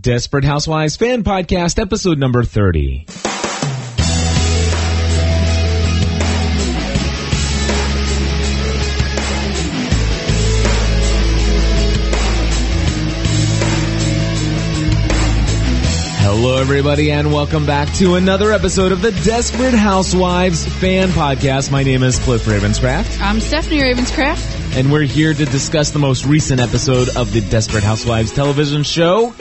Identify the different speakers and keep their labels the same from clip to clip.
Speaker 1: Desperate Housewives Fan Podcast, episode number 30. Hello, everybody, and welcome back to another episode of the Desperate Housewives Fan Podcast. My name is Cliff Ravenscraft,
Speaker 2: I'm Um, Stephanie Ravenscraft.
Speaker 1: and we're here to discuss the most recent episode of the Desperate Housewives television show.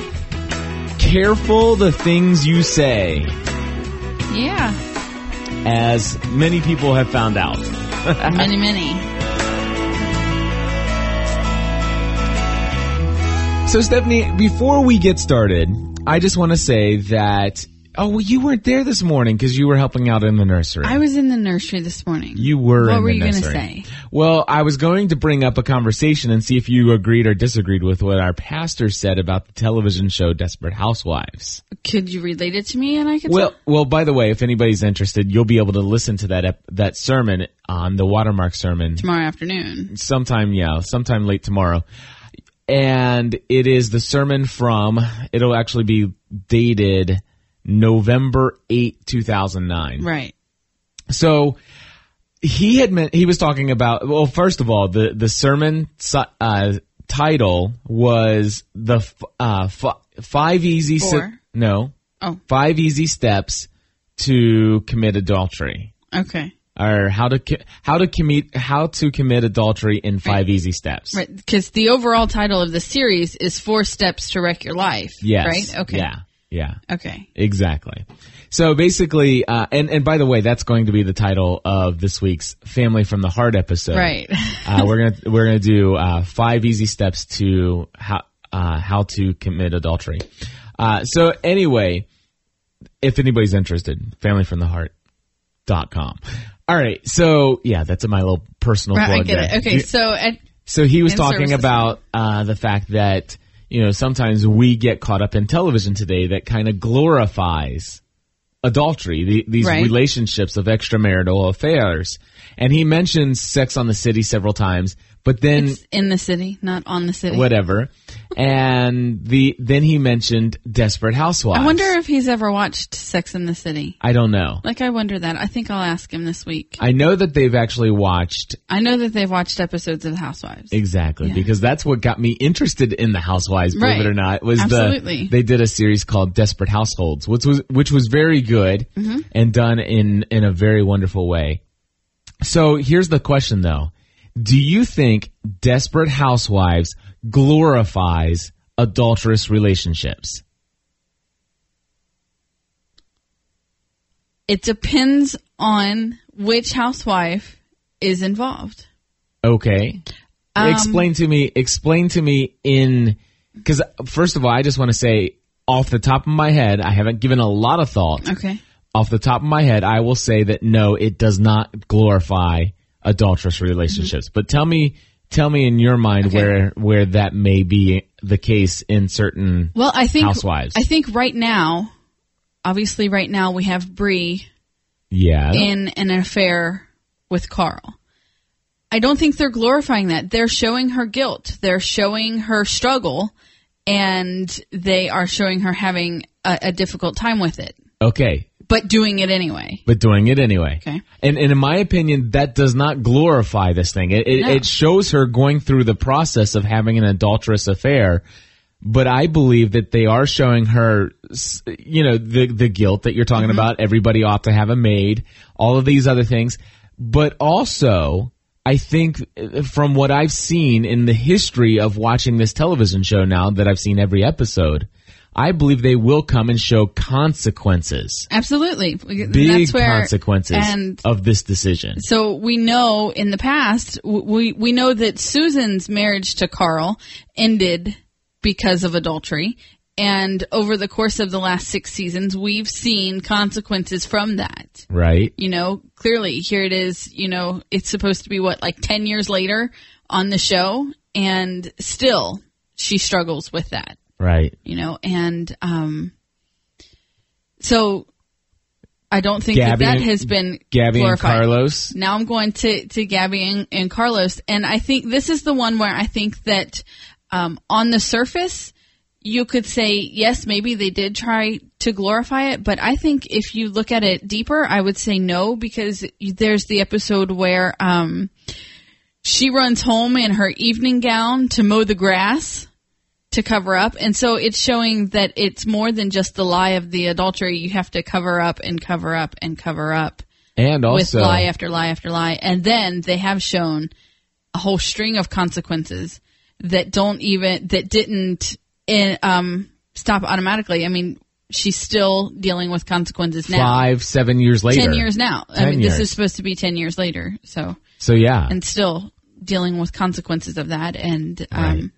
Speaker 1: Careful the things you say,
Speaker 2: Yeah,
Speaker 1: as many people have found out.
Speaker 2: Uh, many, many.
Speaker 1: So, Stephanie, before we get started, I just want to say that. Oh, well, you weren't there this morning because you were helping out in the nursery.
Speaker 2: I was in the nursery this morning.
Speaker 1: You were.
Speaker 2: What
Speaker 1: in
Speaker 2: were
Speaker 1: the
Speaker 2: you gonna
Speaker 1: nursery.
Speaker 2: say?
Speaker 1: Well, I was going to bring up a conversation and see if you agreed or disagreed with what our pastor said about the television show Desperate Housewives.
Speaker 2: could you relate it to me, and I could.
Speaker 1: Well, well. By the way, if anybody's interested, you'll be able to listen to that ep- that sermon on the Watermark sermon
Speaker 2: tomorrow afternoon.
Speaker 1: sometime. Yeah, sometime late tomorrow. And it is the sermon from. It'll actually be dated November 8, 2009.
Speaker 2: Right.
Speaker 1: So he had meant he was talking about. Well, first of all, the the sermon si- uh, title was the f- uh, f- five easy se-
Speaker 2: Four.
Speaker 1: no
Speaker 2: Oh,
Speaker 1: five easy steps to commit adultery
Speaker 2: okay.
Speaker 1: or how to co- how to commit how to commit adultery in five easy steps.
Speaker 2: Right, because the overall title of the series is Four Steps to Wreck Your Life.
Speaker 1: Yes.
Speaker 2: Right. Okay.
Speaker 1: Yeah. Yeah.
Speaker 2: Okay.
Speaker 1: Exactly. So basically, uh, and and by the way, that's going to be the title of this week's "Family from the Heart" episode.
Speaker 2: Right.
Speaker 1: uh, we're gonna we're gonna do uh, five easy steps to how uh, how to commit adultery. Uh, so anyway, if anybody's interested, familyfromtheheart.com. All right, so yeah, that's my little personal
Speaker 2: Right,
Speaker 1: plug.
Speaker 2: I get
Speaker 1: there.
Speaker 2: it. Okay.
Speaker 1: You-
Speaker 2: So at
Speaker 1: so he was
Speaker 2: And
Speaker 1: talking
Speaker 2: services.
Speaker 1: about uh, the fact that you know sometimes we get caught up in television today that kind of glorifies adultery, the, these
Speaker 2: Right.
Speaker 1: relationships of extramarital affairs, and he mentions Sex on the City several times, but then
Speaker 2: it's in the city, not on the city.
Speaker 1: whatever, and the then he mentioned Desperate Housewives.
Speaker 2: I wonder if he's ever watched Sex in the City.
Speaker 1: I don't know.
Speaker 2: Like, I wonder that. I think I'll ask him this week.
Speaker 1: I know that they've actually watched
Speaker 2: I know that they've watched episodes of The Housewives.
Speaker 1: Exactly,
Speaker 2: Yeah.
Speaker 1: because that's what got me interested in the Housewives. Believe
Speaker 2: Right.
Speaker 1: it or not, was
Speaker 2: Absolutely.
Speaker 1: the they did a series called Desperate Households, which was which was very good
Speaker 2: Mm-hmm.
Speaker 1: and done in in a very wonderful way. So here's the question, though: Do you think Desperate Housewives glorifies adulterous relationships?
Speaker 2: It depends on which housewife is involved.
Speaker 1: Okay.
Speaker 2: Um,
Speaker 1: explain to me, explain to me in, because first of all, I just want to say off the top of my head, I haven't given a lot of thought.
Speaker 2: Okay.
Speaker 1: off the top of my head, I will say that no, it does not glorify adulterous relationships. But tell me, tell me in your mind
Speaker 2: Okay.
Speaker 1: where where that may be the case in certain.
Speaker 2: Well, I think
Speaker 1: Housewives.
Speaker 2: I think right now, obviously, right now we have Bree
Speaker 1: Yeah,
Speaker 2: in an affair with Carl. I don't think they're glorifying that. They're showing her guilt. They're showing her struggle, and they are showing her having a, a difficult time with it,
Speaker 1: okay,
Speaker 2: but doing it anyway.
Speaker 1: but doing it anyway.
Speaker 2: Okay.
Speaker 1: And, and in my opinion, that does not glorify this thing. It, it,
Speaker 2: No.
Speaker 1: it shows her going through the process of having an adulterous affair. But I believe that they are showing her, s- you know, the, the guilt that you're
Speaker 2: Mm-hmm.
Speaker 1: talking about. Everybody ought to have a maid, all of these other things. But also, I think uh, from what I've seen in the history of watching this television show now that I've seen every episode, I believe they will come and show consequences
Speaker 2: Absolutely. And
Speaker 1: big
Speaker 2: that's where,
Speaker 1: consequences
Speaker 2: And
Speaker 1: of this decision.
Speaker 2: so we know in the past w- we we know that Susan's marriage to Carl ended because of adultery and over the course of the last 6 seasons we've seen consequences from that
Speaker 1: Right?
Speaker 2: you know clearly here it is you know it's supposed to be what like 10 years later on the show and still she struggles with that
Speaker 1: Right.
Speaker 2: you know and um so I don't think that,
Speaker 1: Gabby
Speaker 2: that
Speaker 1: and-
Speaker 2: has been
Speaker 1: Gabby
Speaker 2: glorified.
Speaker 1: and Carlos.
Speaker 2: Now I'm going to, to Gabby and, and Carlos. And I think this is the one where I think that um, on the surface, you could say, yes, maybe they did try to glorify it, but I think if you look at it deeper, I would say no because there's the episode where um, she runs home in her evening gown to mow the grass to cover up. And so it's showing that it's more than just the lie of the adultery. You have to cover up and cover up and cover up
Speaker 1: And also,
Speaker 2: with lie after lie after lie. And then they have shown a whole string of consequences that don't even, that didn't eh, um, stop automatically. I mean, she's still dealing with consequences now.
Speaker 1: five, seven years later.
Speaker 2: 10 years now. I
Speaker 1: 10
Speaker 2: mean, this
Speaker 1: years.
Speaker 2: is supposed to be 10 years later. So,
Speaker 1: So yeah.
Speaker 2: and still dealing with consequences of that. And, um,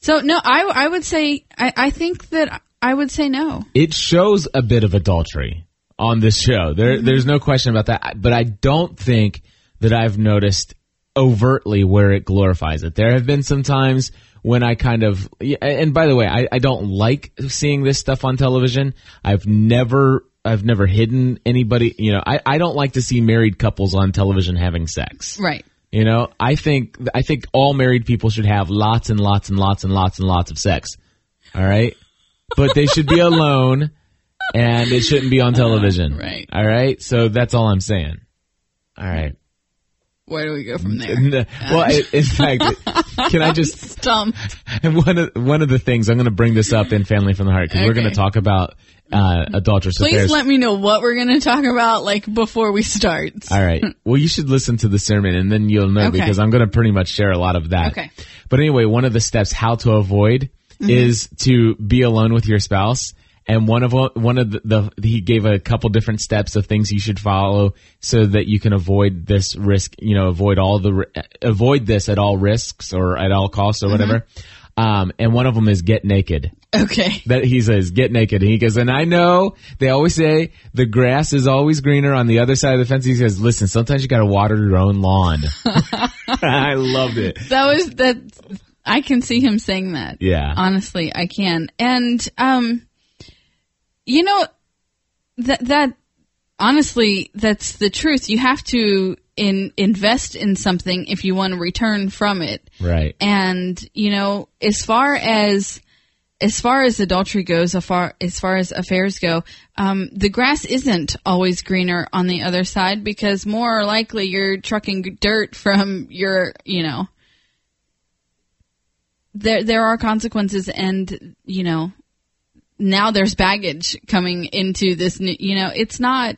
Speaker 2: so no, I, I would say, I, I think that I would say no.
Speaker 1: it shows a bit of adultery on this show. There, there's no question about that. I- But I don't think that I've noticed overtly where it glorifies it. There have been some times when I kind of, yeah, and by the way, I, I don't like seeing this stuff on television. I've never, I've never hidden anybody. You know, I, I don't like to see married couples on television having sex.
Speaker 2: Right.
Speaker 1: You know, I think I think all married people should have lots and lots and lots and lots and lots of sex. All right? But they should be alone and it shouldn't be on television.
Speaker 2: Uh-huh. right.
Speaker 1: All right? So that's all I'm saying. All right.
Speaker 2: Where do we go from there?
Speaker 1: N- Well, i- in fact, can I just
Speaker 2: Stump.
Speaker 1: and one of one of the things I'm going to bring this up in Family from the Heart because we're
Speaker 2: Okay.
Speaker 1: going to talk about uh, adulterous
Speaker 2: Please
Speaker 1: affairs.
Speaker 2: let me know what we're going to talk about, like before we start.
Speaker 1: All right. Well, you should listen to the sermon and then you'll know
Speaker 2: Hmm. Okay.
Speaker 1: because I'm going to pretty much share a lot of that.
Speaker 2: Okay. Mm-hmm.
Speaker 1: But anyway, one of the steps how to avoid is to be alone with your spouse. And one of one of the, the he gave a couple different steps of things you should follow so that you can avoid this risk. You know, avoid all the ri- avoid this at all risks or at all costs or
Speaker 2: Mm-hmm.
Speaker 1: whatever. Um, and one of them is get naked
Speaker 2: Okay.
Speaker 1: that he says, get naked. And he goes, and I know they always say the grass is always greener on the other side of the fence. He says, listen, sometimes you got to water your own lawn. I loved it.
Speaker 2: That was that. I can see him saying that.
Speaker 1: Yeah.
Speaker 2: Honestly, I can. And um, you know, that that honestly, that's the truth. You have to in invest in something if you want to return from it.
Speaker 1: Right.
Speaker 2: And you know, as far as as far as adultery goes, as far as far as affairs go, um, the grass isn't always greener on the other side because more likely you're trucking dirt from your, you know, there there are consequences, and you know, now there's baggage coming into this. New, you know, it's not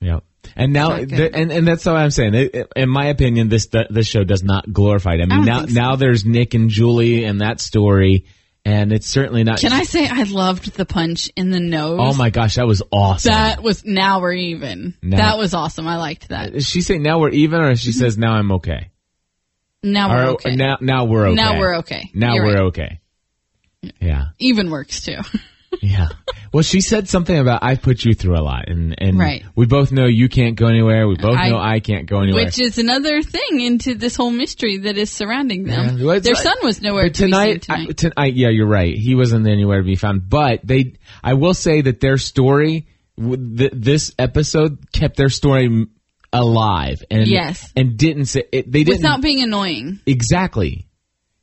Speaker 1: Yeah. And now,
Speaker 2: Not good.
Speaker 1: th- and and that's what I'm saying. It- it- in my opinion, this this show does not glorify it. I mean,
Speaker 2: don't
Speaker 1: now
Speaker 2: think so.
Speaker 1: now there's Nick and Julie and that story, and it's certainly not.
Speaker 2: Can I say I loved the punch in the nose?
Speaker 1: Oh my gosh, that was awesome.
Speaker 2: That was now we're even.
Speaker 1: Now-
Speaker 2: that was awesome. I liked that.
Speaker 1: Is she saying now we're even, or she says now I'm okay?
Speaker 2: Now
Speaker 1: Or,
Speaker 2: we're okay.
Speaker 1: oh, Now now we're okay.
Speaker 2: Now we're okay.
Speaker 1: Now
Speaker 2: You're
Speaker 1: we're
Speaker 2: right.
Speaker 1: okay. Yeah.
Speaker 2: even works too.
Speaker 1: Yeah. Well, she said something about I put you through a lot, and and
Speaker 2: Right.
Speaker 1: we both know you can't go anywhere. We both
Speaker 2: I-
Speaker 1: know I can't go anywhere.
Speaker 2: Which is another thing into this whole mystery that is surrounding them.
Speaker 1: Yeah. Well, it's
Speaker 2: Their
Speaker 1: like-
Speaker 2: son was nowhere
Speaker 1: but tonight,
Speaker 2: to be seen tonight.
Speaker 1: I, tonight, yeah, you're right. He wasn't anywhere to be found. But they, I will say that their story, w- th- this episode kept their story m- alive, and
Speaker 2: Yes.
Speaker 1: and didn't say it, they didn't
Speaker 2: Without being annoying.
Speaker 1: exactly.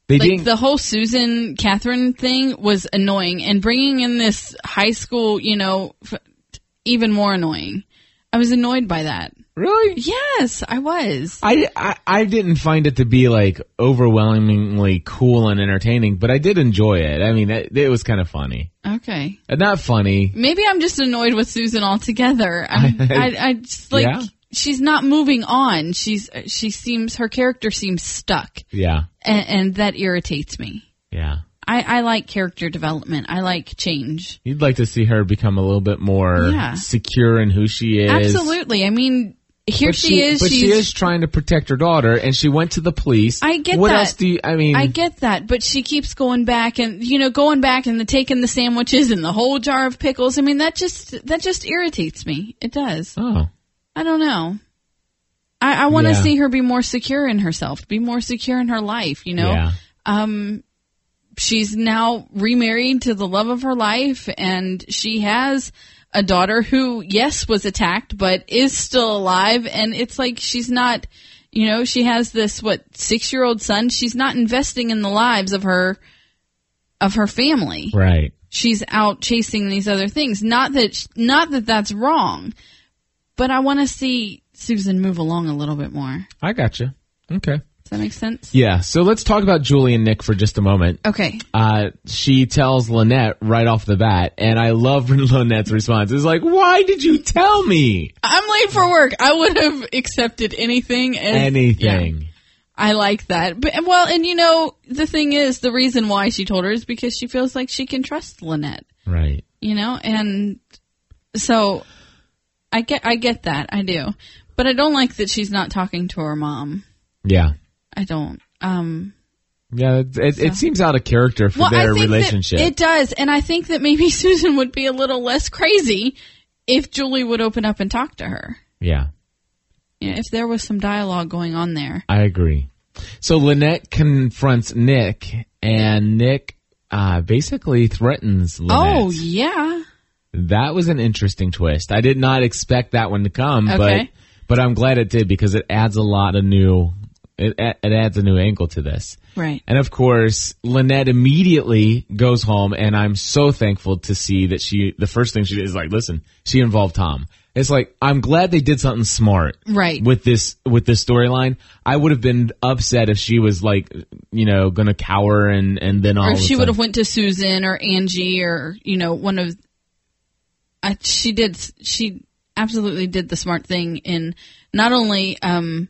Speaker 1: They
Speaker 2: Like
Speaker 1: didn't.
Speaker 2: the whole Susan Catherine thing was annoying, and bringing in this high school, you know, f- even more annoying. I was annoyed by that.
Speaker 1: really.
Speaker 2: Yes, I was.
Speaker 1: I, I, I didn't find it to be like overwhelmingly cool and entertaining, but I did enjoy it. I mean, it, it was kind of funny.
Speaker 2: Okay.
Speaker 1: Uh, Not funny.
Speaker 2: Maybe I'm just annoyed with Susan altogether. I'm, I, I just like
Speaker 1: Yeah.
Speaker 2: she's not moving on. She's she seems her character seems stuck,
Speaker 1: Yeah.
Speaker 2: and, and that irritates me.
Speaker 1: Yeah.
Speaker 2: I, I like character development. I like change.
Speaker 1: You'd like to see her become a little bit more
Speaker 2: Yeah.
Speaker 1: secure in who she is.
Speaker 2: Absolutely. I mean, here
Speaker 1: But
Speaker 2: she,
Speaker 1: she,
Speaker 2: is.
Speaker 1: But
Speaker 2: she's,
Speaker 1: she is trying to protect her daughter, and she went to the police.
Speaker 2: I get
Speaker 1: what
Speaker 2: that.
Speaker 1: else do you? I mean,
Speaker 2: I get that, but she keeps going back and you know going back and the, taking the sandwiches and the whole jar of pickles. I mean, that just that just irritates me. It does.
Speaker 1: oh,
Speaker 2: I don't know. I, I want to
Speaker 1: Yeah.
Speaker 2: see her be more secure in herself, be more secure in her life. You know, Um,
Speaker 1: yeah,
Speaker 2: she's now remarried to the love of her life and she has a daughter who yes was attacked but is still alive and it's like she's not you know she has this what 6 year old son she's not investing in the lives of her of her family.
Speaker 1: Right.
Speaker 2: She's out chasing these other things. Not that sh- not that that's wrong, but I want to see Susan move along a little bit more.
Speaker 1: I got you. Okay.
Speaker 2: Does that make sense?
Speaker 1: Yeah. So let's talk about Julie and Nick for just a moment.
Speaker 2: Okay.
Speaker 1: Uh, she tells Lynette right off the bat, and I love Lynette's response. It's like, why did you tell me
Speaker 2: I'm late for work. I would have accepted anything. As,
Speaker 1: anything?
Speaker 2: I like that. But and well, and you know, the thing is, the reason why she told her is because she feels like she can trust Lynette.
Speaker 1: Right.
Speaker 2: You know, and so I get, I get that. I do, but I don't like that she's not talking to her mom.
Speaker 1: Yeah.
Speaker 2: I don't. Um,
Speaker 1: Yeah. It, it, it seems out of character for
Speaker 2: well, I
Speaker 1: their
Speaker 2: think that
Speaker 1: relationship.
Speaker 2: it does, and I think that maybe Susan would be a little less crazy if Julie would open up and talk to her.
Speaker 1: yeah.
Speaker 2: You know, if there was some dialogue going on there.
Speaker 1: I agree. So Lynette confronts Nick, and Nick uh, basically threatens Lynette.
Speaker 2: Oh yeah.
Speaker 1: That was an interesting twist. I did not expect that one to come,
Speaker 2: Okay.
Speaker 1: but but I'm glad it did because it adds a lot of new it, it adds a new angle to this.
Speaker 2: Right.
Speaker 1: And of course, Lynette immediately goes home, and I'm so thankful to see that she the first thing she did is like, listen, she involved Tom. It's like I'm glad they did something smart
Speaker 2: Right.
Speaker 1: with this with this storyline. I would have been upset if she was like, you know, going to cower and and then all
Speaker 2: or
Speaker 1: of
Speaker 2: if
Speaker 1: a
Speaker 2: she would
Speaker 1: sudden-
Speaker 2: have went to Susan or Angie or you know one of I, she did she absolutely did the smart thing in not only um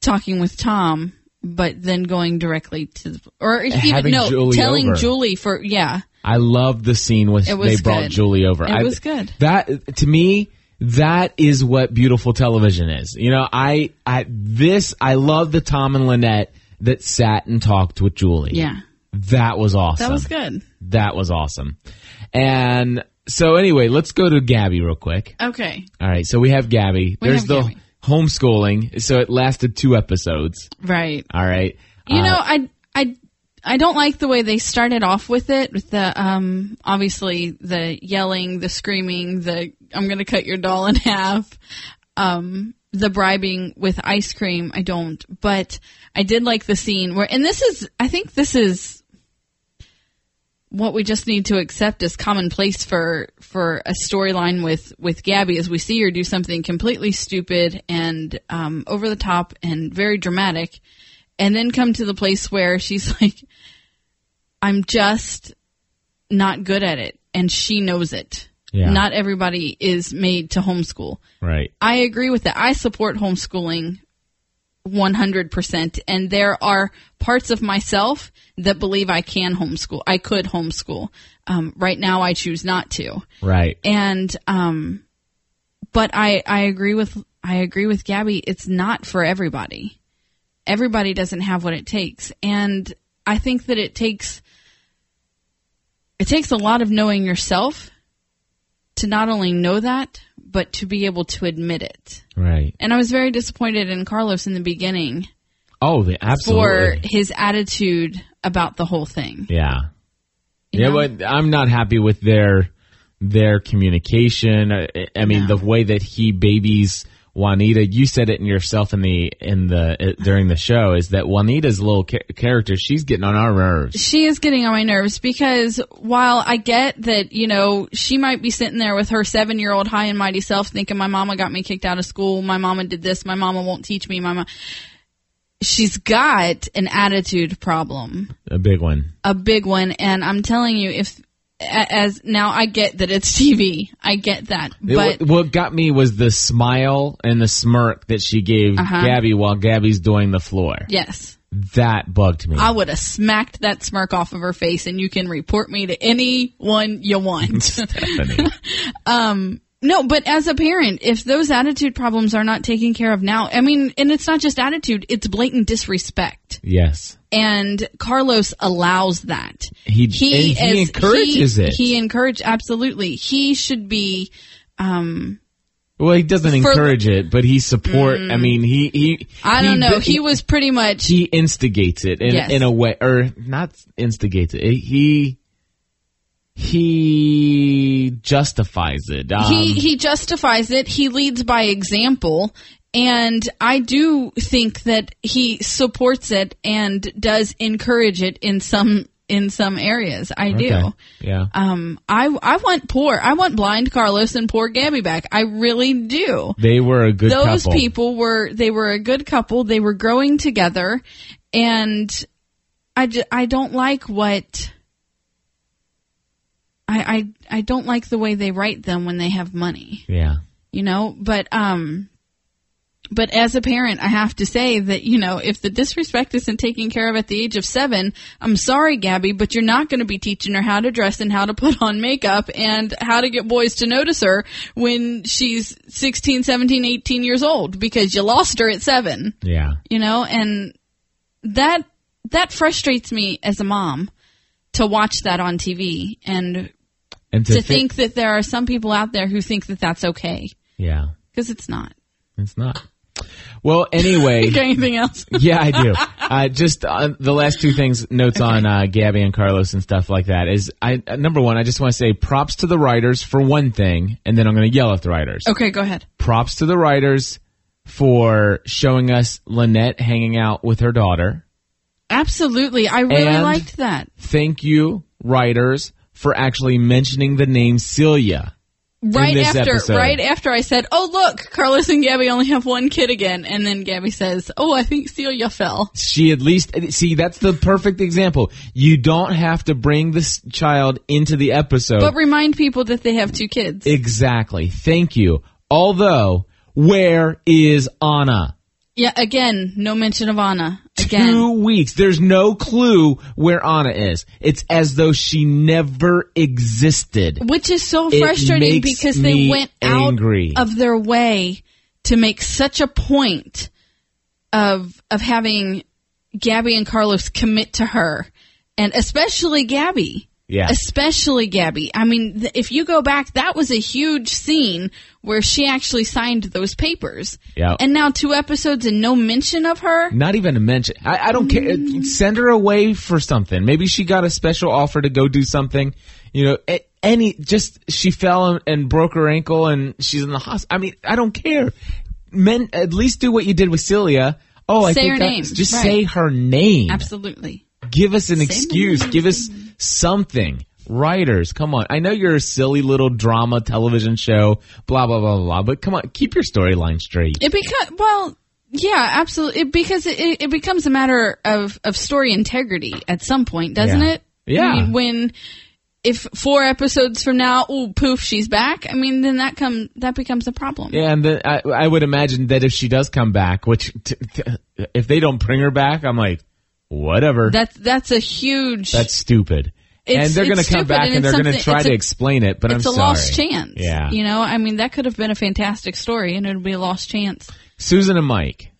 Speaker 2: talking with Tom but then going directly to the, or even
Speaker 1: having
Speaker 2: no
Speaker 1: Julie
Speaker 2: telling
Speaker 1: over.
Speaker 2: Julie for yeah
Speaker 1: I love the scene with
Speaker 2: It was
Speaker 1: they brought
Speaker 2: good.
Speaker 1: Julie over.
Speaker 2: It
Speaker 1: I,
Speaker 2: was good.
Speaker 1: That to me, that is what beautiful television is. You know, I I this I love the Tom and Lynette that sat and talked with Julie.
Speaker 2: yeah
Speaker 1: That was awesome.
Speaker 2: that was good
Speaker 1: That was awesome. And so anyway, let's go to Gabby real quick.
Speaker 2: okay
Speaker 1: All right, so we have Gabby.
Speaker 2: We
Speaker 1: There's
Speaker 2: have
Speaker 1: the
Speaker 2: Gabby.
Speaker 1: homeschooling. So it lasted two episodes.
Speaker 2: right
Speaker 1: All right.
Speaker 2: You
Speaker 1: Uh,
Speaker 2: know, I I I don't like the way they started off with it. With the um, obviously the yelling, the screaming, the I'm going to cut your doll in half, um, the bribing with ice cream. I don't, but I did like the scene where, and this is, I think this is what we just need to accept as commonplace for for a storyline with with Gabby is we see her do something completely stupid and um, over the top and very dramatic, and then come to the place where she's like, "I'm just not good at it," and she knows it.
Speaker 1: Yeah.
Speaker 2: Not everybody is made to homeschool.
Speaker 1: right.
Speaker 2: I agree with that. I support homeschooling 100%. And there are parts of myself that believe I can homeschool. I could homeschool. Um, right now, I choose not to.
Speaker 1: Right.
Speaker 2: And, um, but I, I agree with, I agree with Gabby. It's not for everybody. Everybody doesn't have what it takes. And I think that it takes, it takes a lot of knowing yourself to not only know that, but to be able to admit it.
Speaker 1: Right.
Speaker 2: And I was very disappointed in Carlos in the beginning
Speaker 1: Oh, the-
Speaker 2: for
Speaker 1: absolutely.
Speaker 2: his attitude about the whole thing.
Speaker 1: Yeah.
Speaker 2: you
Speaker 1: Yeah,
Speaker 2: know?
Speaker 1: but I'm not happy with their their communication. I, I mean, the way that he babies Juanita. You said it in yourself in the in the uh, during the show is that Juanita's little cha- character. She's getting on our nerves.
Speaker 2: she is getting on my nerves because while I get that, you know, she might be sitting there with her seven year old high and mighty self thinking, my mama got me kicked out of school. My mama did this. My mama won't teach me. My mama. She's got an attitude problem.
Speaker 1: A big one.
Speaker 2: a big one and i'm telling you if a- as now i get that it's tv i get that
Speaker 1: It-
Speaker 2: but
Speaker 1: what, what got me was the smile and the smirk that she gave
Speaker 2: Uh-huh.
Speaker 1: Gabby while Gabby's doing the floor.
Speaker 2: yes
Speaker 1: That bugged me.
Speaker 2: i would have smacked that smirk off of her face and you can report me to anyone you want
Speaker 1: Stephanie.
Speaker 2: no but as a parent if those attitude problems are not taken care of now i mean and it's not just attitude it's blatant disrespect
Speaker 1: yes.
Speaker 2: and Carlos allows that.
Speaker 1: He- and he
Speaker 2: as-
Speaker 1: encourages
Speaker 2: he-
Speaker 1: it.
Speaker 2: He encouraged absolutely. He should be
Speaker 1: Well, he doesn't
Speaker 2: For-
Speaker 1: encourage it, but he support. I mean, he he.
Speaker 2: Mm. I don't know.
Speaker 1: bi-
Speaker 2: He was pretty much
Speaker 1: he instigates it in,
Speaker 2: Yes.
Speaker 1: in a way, or not instigates it. He he justifies it. Um,
Speaker 2: he he justifies it. He leads by example, and I do think that he supports it and does encourage it in some in some areas. I do.
Speaker 1: Yeah.
Speaker 2: Um, I I want poor. I want blind Carlos and poor Gabby back. I really do.
Speaker 1: they were a good
Speaker 2: Those
Speaker 1: couple.
Speaker 2: people were they were a good couple. They were growing together, and I, ju- I don't like what. I, I I don't like the way they write them when they have money
Speaker 1: Yeah.
Speaker 2: you know but um but as a parent i have to say that you know if the disrespect isn't taken care of at the age of seven i'm sorry gabby but you're not going to be teaching her how to dress and how to put on makeup and how to get boys to notice her when she's 16 17 18 years old because you lost her at seven
Speaker 1: Yeah.
Speaker 2: you know and that that frustrates me as a mom to watch that on tv and
Speaker 1: And
Speaker 2: to
Speaker 1: to, thi-
Speaker 2: think that there are some people out there who think that that's okay
Speaker 1: yeah,
Speaker 2: because it's not.
Speaker 1: it's not. Well, anyway,
Speaker 2: Think anything else?
Speaker 1: yeah, I do. Uh, just uh, the last two things, notes on uh, Gabby and Carlos and stuff like that is, I uh, number one, I just want to say props to the writers for one thing, and then I'm going to yell at the writers.
Speaker 2: Okay, go ahead.
Speaker 1: Props to the writers for showing us Lynette hanging out with her daughter.
Speaker 2: Absolutely, I really
Speaker 1: And-
Speaker 2: liked that.
Speaker 1: Thank you, writers, for actually mentioning the name Celia.
Speaker 2: Right
Speaker 1: this
Speaker 2: after,
Speaker 1: episode.
Speaker 2: right after I said, "Oh look, Carlos and Gabby only have one kid again," and then Gabby says, "Oh, I think Celia fell."
Speaker 1: she at least see that's the perfect example you don't have to bring this child into the episode
Speaker 2: But remind people that they have two kids.
Speaker 1: exactly thank you although where is anna
Speaker 2: yeah, again, no mention of Anna. Again,
Speaker 1: two weeks there's no clue where anna is it's as though she never existed
Speaker 2: which is so
Speaker 1: It
Speaker 2: frustrating
Speaker 1: makes
Speaker 2: because they
Speaker 1: me
Speaker 2: went
Speaker 1: angry.
Speaker 2: out of their way to make such a point of of having Gabby and Carlos commit to her, and especially Gabby.
Speaker 1: Yeah.
Speaker 2: Especially Gabby. I mean, th- if you go back, that was a huge scene where she actually signed those papers.
Speaker 1: Yeah. Mm.
Speaker 2: And now two episodes and no mention of her.
Speaker 1: not even to mention I, I don't care send her away for something maybe she got a special offer to go do something you know a- any just she fell and- and broke her ankle and she's in the hospital i mean i don't care men at least do what you did with celia oh i
Speaker 2: Say
Speaker 1: think
Speaker 2: her
Speaker 1: that-
Speaker 2: name,
Speaker 1: just
Speaker 2: right.
Speaker 1: say her name
Speaker 2: Absolutely.
Speaker 1: give us an
Speaker 2: the
Speaker 1: excuse
Speaker 2: name,
Speaker 1: give us something writers come on i know you're a silly little drama television show blah blah blah blah, blah but come on keep your storyline straight
Speaker 2: It becomes well, yeah, absolutely. It, because it- it, it becomes a matter of of story integrity at some point, doesn't
Speaker 1: Yeah.
Speaker 2: it?
Speaker 1: Yeah.
Speaker 2: I mean, when if four episodes from now, oh poof, she's back. I mean, then that come that becomes a problem.
Speaker 1: Yeah, and then I, I would imagine that if she does come back, which t- t- if they don't bring her back, I'm like, whatever.
Speaker 2: That's that's a huge.
Speaker 1: That's stupid.
Speaker 2: It's-
Speaker 1: and they're going
Speaker 2: it's
Speaker 1: to come
Speaker 2: stupid
Speaker 1: back
Speaker 2: and
Speaker 1: and, they're
Speaker 2: it's
Speaker 1: going to
Speaker 2: something-
Speaker 1: try
Speaker 2: it's
Speaker 1: to
Speaker 2: a-
Speaker 1: explain it, but I'm
Speaker 2: it's a
Speaker 1: sorry.
Speaker 2: lost chance.
Speaker 1: Yeah.
Speaker 2: You know, I mean, that could have been a fantastic story, and it would be a lost chance.
Speaker 1: Susan and Mike.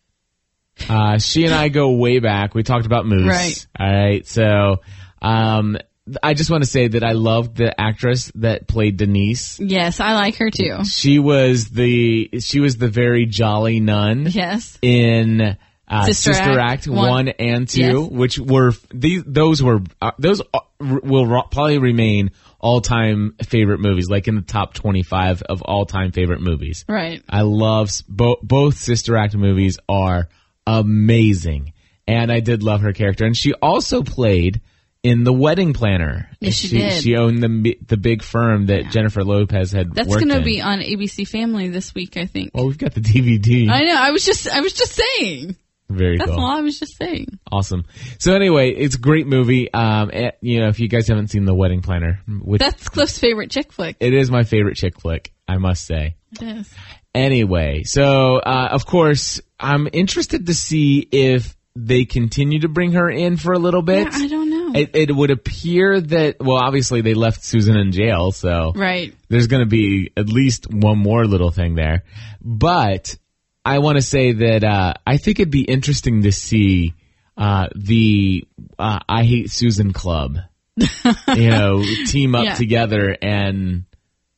Speaker 1: Uh, she and I go way back. We talked about Moose.
Speaker 2: Right.
Speaker 1: All right. So, um, I just want to say that I loved the actress that played Denise.
Speaker 2: Yes, I like her too.
Speaker 1: She was the she was the very jolly nun.
Speaker 2: Yes.
Speaker 1: in uh,
Speaker 2: Sister
Speaker 1: Sister,
Speaker 2: Act
Speaker 1: Act,
Speaker 2: one.
Speaker 1: one. and two,
Speaker 2: Yes.
Speaker 1: which were these those were uh, those are- will ro- probably remain all time favorite movies, like in the top twenty five of all time favorite movies.
Speaker 2: Right.
Speaker 1: I love s- bo- both Sister Act movies are amazing, and I did love her character, and she also played. In the Wedding Planner,
Speaker 2: Yes, she did.
Speaker 1: She owned the mi- the big firm that Jennifer Lopez had.
Speaker 2: That's
Speaker 1: worked
Speaker 2: going to
Speaker 1: in.
Speaker 2: be on ABC Family this week, I think.
Speaker 1: Well, we've got the DVD.
Speaker 2: I know. I was just I was just saying.
Speaker 1: Very
Speaker 2: That's
Speaker 1: cool.
Speaker 2: all I was just saying.
Speaker 1: Awesome. So anyway, it's a great movie. Um, eh, you know, if you guys haven't seen The Wedding Planner, which
Speaker 2: That's Cliff's favorite chick flick.
Speaker 1: it is my favorite chick flick, I must say.
Speaker 2: It is.
Speaker 1: Anyway, so uh, of course, I'm interested to see if they continue to bring her in for a little bit.
Speaker 2: Yeah, I don't know.
Speaker 1: It, it would appear that well, obviously they left Susan in jail, so
Speaker 2: right.
Speaker 1: there's going to be at least one more little thing there. But I want to say that uh, I think it'd be interesting to see uh, the uh, I Hate Susan Club, you know, team up
Speaker 2: Yeah.
Speaker 1: together and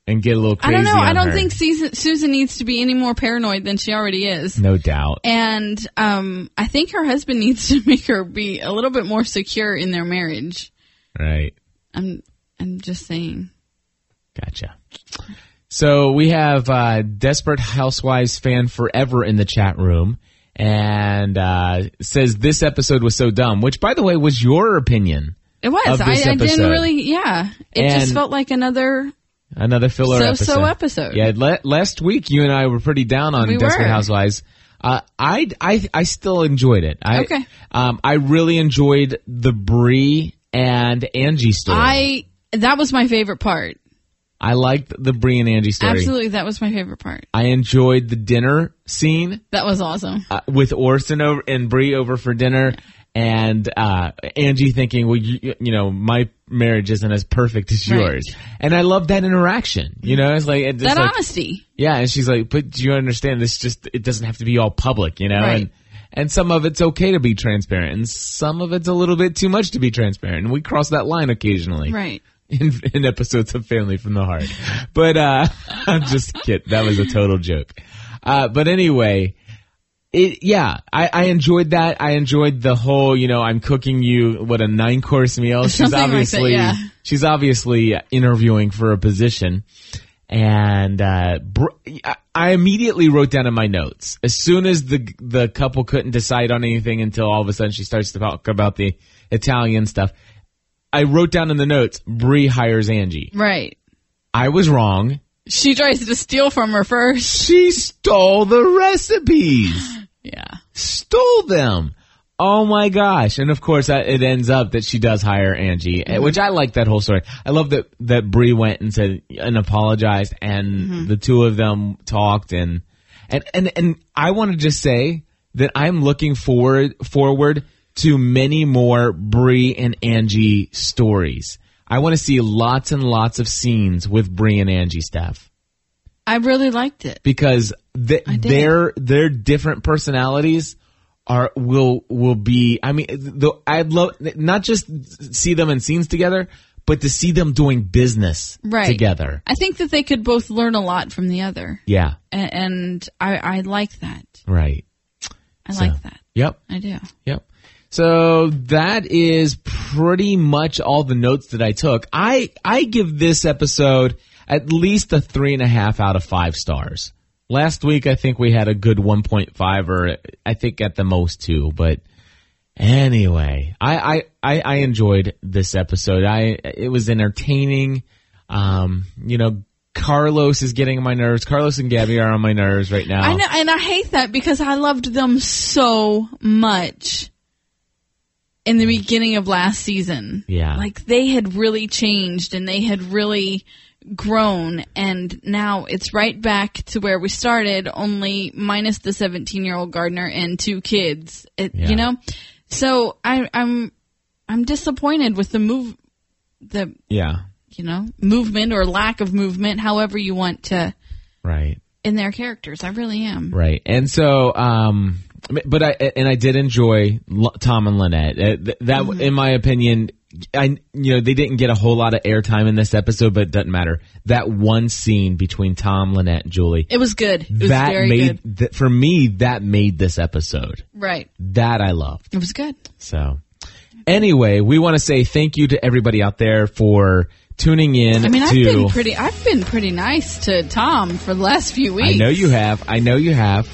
Speaker 1: and get a little
Speaker 2: I
Speaker 1: crazy.
Speaker 2: don't know. I
Speaker 1: on
Speaker 2: don't
Speaker 1: her.
Speaker 2: think Susan, Susan needs to be any more paranoid than she already is.
Speaker 1: No doubt.
Speaker 2: And um, I think her husband needs to make her be a little bit more secure in their marriage.
Speaker 1: Right.
Speaker 2: I'm I'm just saying.
Speaker 1: Gotcha. So we have uh, Desperate Housewives fan forever in the chat room and uh, says this episode was so dumb, which, by the way, was your opinion.
Speaker 2: It was.
Speaker 1: Of
Speaker 2: I,
Speaker 1: this
Speaker 2: I didn't
Speaker 1: episode.
Speaker 2: really. Yeah, it
Speaker 1: And-
Speaker 2: just felt like another.
Speaker 1: Another filler episode.
Speaker 2: So-so episode.
Speaker 1: Yeah, la- last week you and I were pretty down on
Speaker 2: We
Speaker 1: Desperate
Speaker 2: were.
Speaker 1: Housewives. Uh, I, I I still enjoyed it. I,
Speaker 2: Okay.
Speaker 1: Um, I really enjoyed the Bree and Angie story.
Speaker 2: I that was my favorite part.
Speaker 1: I liked the Bree and Angie story.
Speaker 2: Absolutely, that was my favorite part.
Speaker 1: I enjoyed the dinner scene
Speaker 2: That was awesome.
Speaker 1: uh, with Orson over and Bree over for dinner, and uh, Angie thinking, "Well, you, you know, my marriage isn't as perfect as
Speaker 2: Right.
Speaker 1: yours," and I love that interaction. You know, it's like it's
Speaker 2: That
Speaker 1: like,
Speaker 2: honesty.
Speaker 1: yeah, and she's like, "But do you understand? This just it doesn't have to be all public, you know."
Speaker 2: Right.
Speaker 1: And and some of it's okay to be transparent, and some of it's a little bit too much to be transparent, and we cross that line occasionally
Speaker 2: Right.
Speaker 1: in, in episodes of Family from the Heart. But uh, I'm just kidding. That was a total joke. Uh, but anyway, it yeah, I, I enjoyed that. I enjoyed the whole, you know, I'm cooking you what a nine course meal. She's
Speaker 2: Something like that,
Speaker 1: obviously
Speaker 2: yeah.
Speaker 1: she's obviously interviewing for a position. And uh, br- I- I immediately wrote down in my notes as soon as the the couple couldn't decide on anything until all of a sudden she starts to talk about the Italian stuff. I wrote down in the notes, Bree hires Angie.
Speaker 2: Right.
Speaker 1: I was wrong.
Speaker 2: She tries to steal from her first.
Speaker 1: She stole the recipes.
Speaker 2: Yeah.
Speaker 1: Stole them. Oh my gosh. And of course, I- it ends up that she does hire Angie, eh, which I like that whole story. I love that, that Bree went and said, and apologized and the two of them talked and, and, and, and I want to just say that I'm looking forward, forward to many more Bree and Angie stories. I want to see lots and lots of scenes with Bree and Angie stuff
Speaker 2: I really liked it.
Speaker 1: because th-
Speaker 2: did.
Speaker 1: their their different personalities are will will be. I mean, the, I'd love not just see them in scenes together, but to see them doing business
Speaker 2: Right.
Speaker 1: together.
Speaker 2: I think that they could both learn a lot from the other,
Speaker 1: Yeah,
Speaker 2: A- and I, I like that.
Speaker 1: right.
Speaker 2: I
Speaker 1: So,
Speaker 2: like that.
Speaker 1: Yep,
Speaker 2: I do.
Speaker 1: yep. So that is pretty much all the notes that I took. I I give this episode at least a three and a half out of five stars. Last week I think we had a good one point five or I think at the most two, but Anyway, I, I, I, I enjoyed this episode. I it was entertaining. Um, you know, Carlos is getting on my nerves. Carlos and Gabby are on my nerves right now.
Speaker 2: I know, and I hate that because I loved them so much in the beginning of last season.
Speaker 1: Yeah.
Speaker 2: Like they had really changed and they had really grown and now it's right back to where we started only minus the 17 year old gardener and two kids it,
Speaker 1: Yeah.
Speaker 2: you know so I, i'm i'm disappointed with the move the
Speaker 1: Yeah,
Speaker 2: you know movement or lack of movement however you want to
Speaker 1: right,
Speaker 2: in their characters i really am
Speaker 1: right. And so, um, but I and I did enjoy L- Tom and Lynette. Uh, th- That,
Speaker 2: Mm-hmm.
Speaker 1: in my opinion, I you know they didn't get a whole lot of airtime in this episode, but it doesn't matter. That one scene between Tom, Lynette, and Julie.
Speaker 2: It was good. It was
Speaker 1: that
Speaker 2: very
Speaker 1: made
Speaker 2: good.
Speaker 1: th- for me that made this episode
Speaker 2: Right.
Speaker 1: that I loved.
Speaker 2: It was good.
Speaker 1: So, anyway, we want to say thank you to everybody out there for tuning in.
Speaker 2: I mean,
Speaker 1: to,
Speaker 2: I've been pretty. I've been pretty nice to Tom for the last few weeks.
Speaker 1: I know you have. I know you have.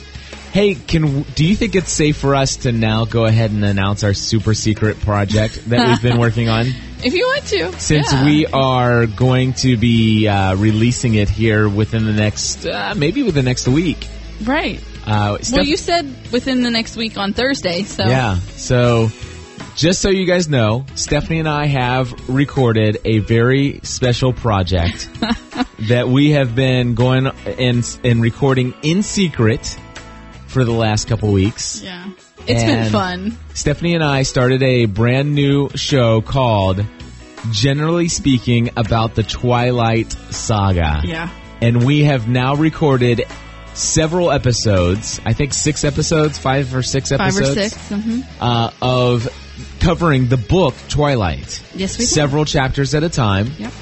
Speaker 1: Hey, can do you think it's safe for us to now go ahead and announce our super secret project that we've been working on?
Speaker 2: If you want to,
Speaker 1: Since
Speaker 2: yeah.
Speaker 1: we are going to be uh, releasing it here within the next, uh, maybe within the next week.
Speaker 2: right.
Speaker 1: Uh,
Speaker 2: Well,
Speaker 1: Steph-
Speaker 2: you said within the next week on Thursday, so
Speaker 1: Yeah. So, just so you guys know, Stephanie and I have recorded a very special project that we have been going and and recording in secret for the last couple weeks.
Speaker 2: yeah, it's
Speaker 1: And-
Speaker 2: been fun.
Speaker 1: Stephanie and I started a brand new show called Generally Speaking About the Twilight Saga.
Speaker 2: Yeah,
Speaker 1: And we have now recorded several episodes. I think six episodes, five or six
Speaker 2: five
Speaker 1: episodes
Speaker 2: or 6 Mm-hmm.
Speaker 1: uh, of covering the book Twilight.
Speaker 2: Yes, we did.
Speaker 1: several chapters at a time,
Speaker 2: Yep.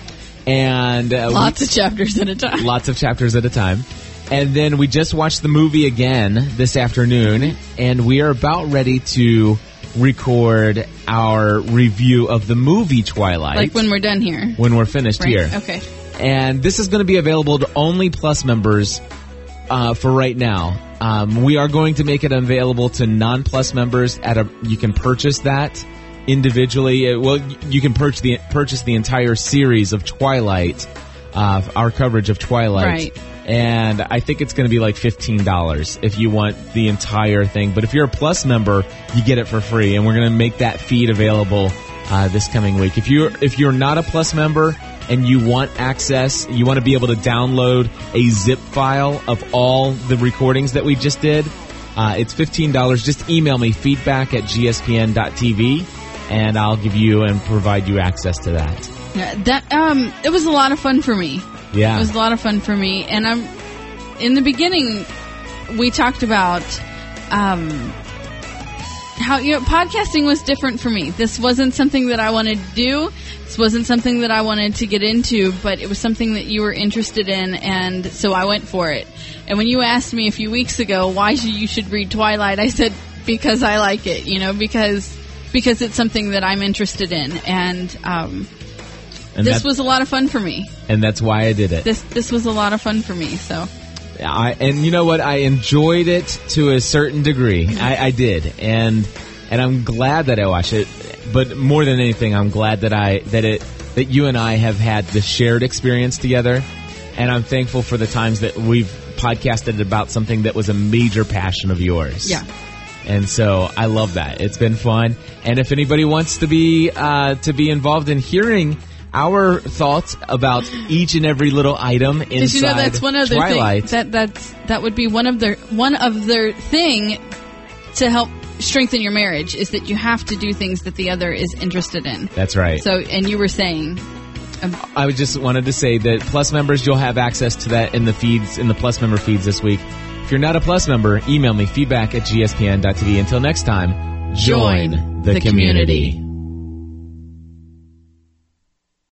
Speaker 1: and uh, we-
Speaker 2: Lots of chapters at a time.
Speaker 1: lots of chapters at a time. And then we just watched the movie again this afternoon, and we are about ready to record our review of the movie Twilight
Speaker 2: like when we're done here.
Speaker 1: when we're finished
Speaker 2: Right.
Speaker 1: here.
Speaker 2: Okay.
Speaker 1: And this is going to be available to only Plus members uh, for right now. Um, we are going to make it available to non Plus members at a. You can purchase that individually. Uh, well, y- you can purchase the purchase the entire series of Twilight, uh, our coverage of Twilight.
Speaker 2: Right.
Speaker 1: And I think it's going to be like fifteen dollars if you want the entire thing. But if you're a Plus member, you get it for free, and we're going to make that feed available uh, this coming week. If you're if you're not a Plus member and you want access, you want to be able to download a zip file of all the recordings that we just did. Uh, it's $15. Just email me feedback at gspn.tv and I'll give you and provide you access to that.
Speaker 2: Yeah, that um, it was a lot of fun for me. It
Speaker 1: Yeah.
Speaker 2: was a lot of fun for me, and I'm in the beginning. We talked about um, how you know podcasting was different for me. This wasn't something that I wanted to do. This wasn't something that I wanted to get into, but it was something that you were interested in, and so I went for it. And when you asked me a few weeks ago why should- you should read Twilight, I said because I like it. You know, because because it's something that I'm interested in, and um,
Speaker 1: And,
Speaker 2: this
Speaker 1: that-
Speaker 2: was a lot of fun for me
Speaker 1: and that's why I did it.
Speaker 2: this this was a lot of fun for me. So
Speaker 1: I, and you know what? I enjoyed it to a certain degree. I, I did, and and I'm glad that I watched it. But more than anything, I'm glad that I that it that you and I have had the shared experience together, and I'm thankful for the times that we've podcasted about something that was a major passion of yours.
Speaker 2: Yeah.
Speaker 1: And so I love that. It's been fun. And if anybody wants to be uh, to be involved in hearing our thoughts about each and every little item inside
Speaker 2: did you know that's one other
Speaker 1: Twilight,
Speaker 2: thing that that's that would be one of their one of their thing to help strengthen your marriage is that you have to do things that the other is interested in.
Speaker 1: That's right.
Speaker 2: So and you were saying
Speaker 1: I would just wanted to say that Plus members, you'll have access to that in the feeds, in the Plus member feeds this week. If you're not a Plus member, email me feedback at gspn.tv. Until next time, join,
Speaker 2: Join
Speaker 1: the,
Speaker 2: the
Speaker 1: community.
Speaker 2: community.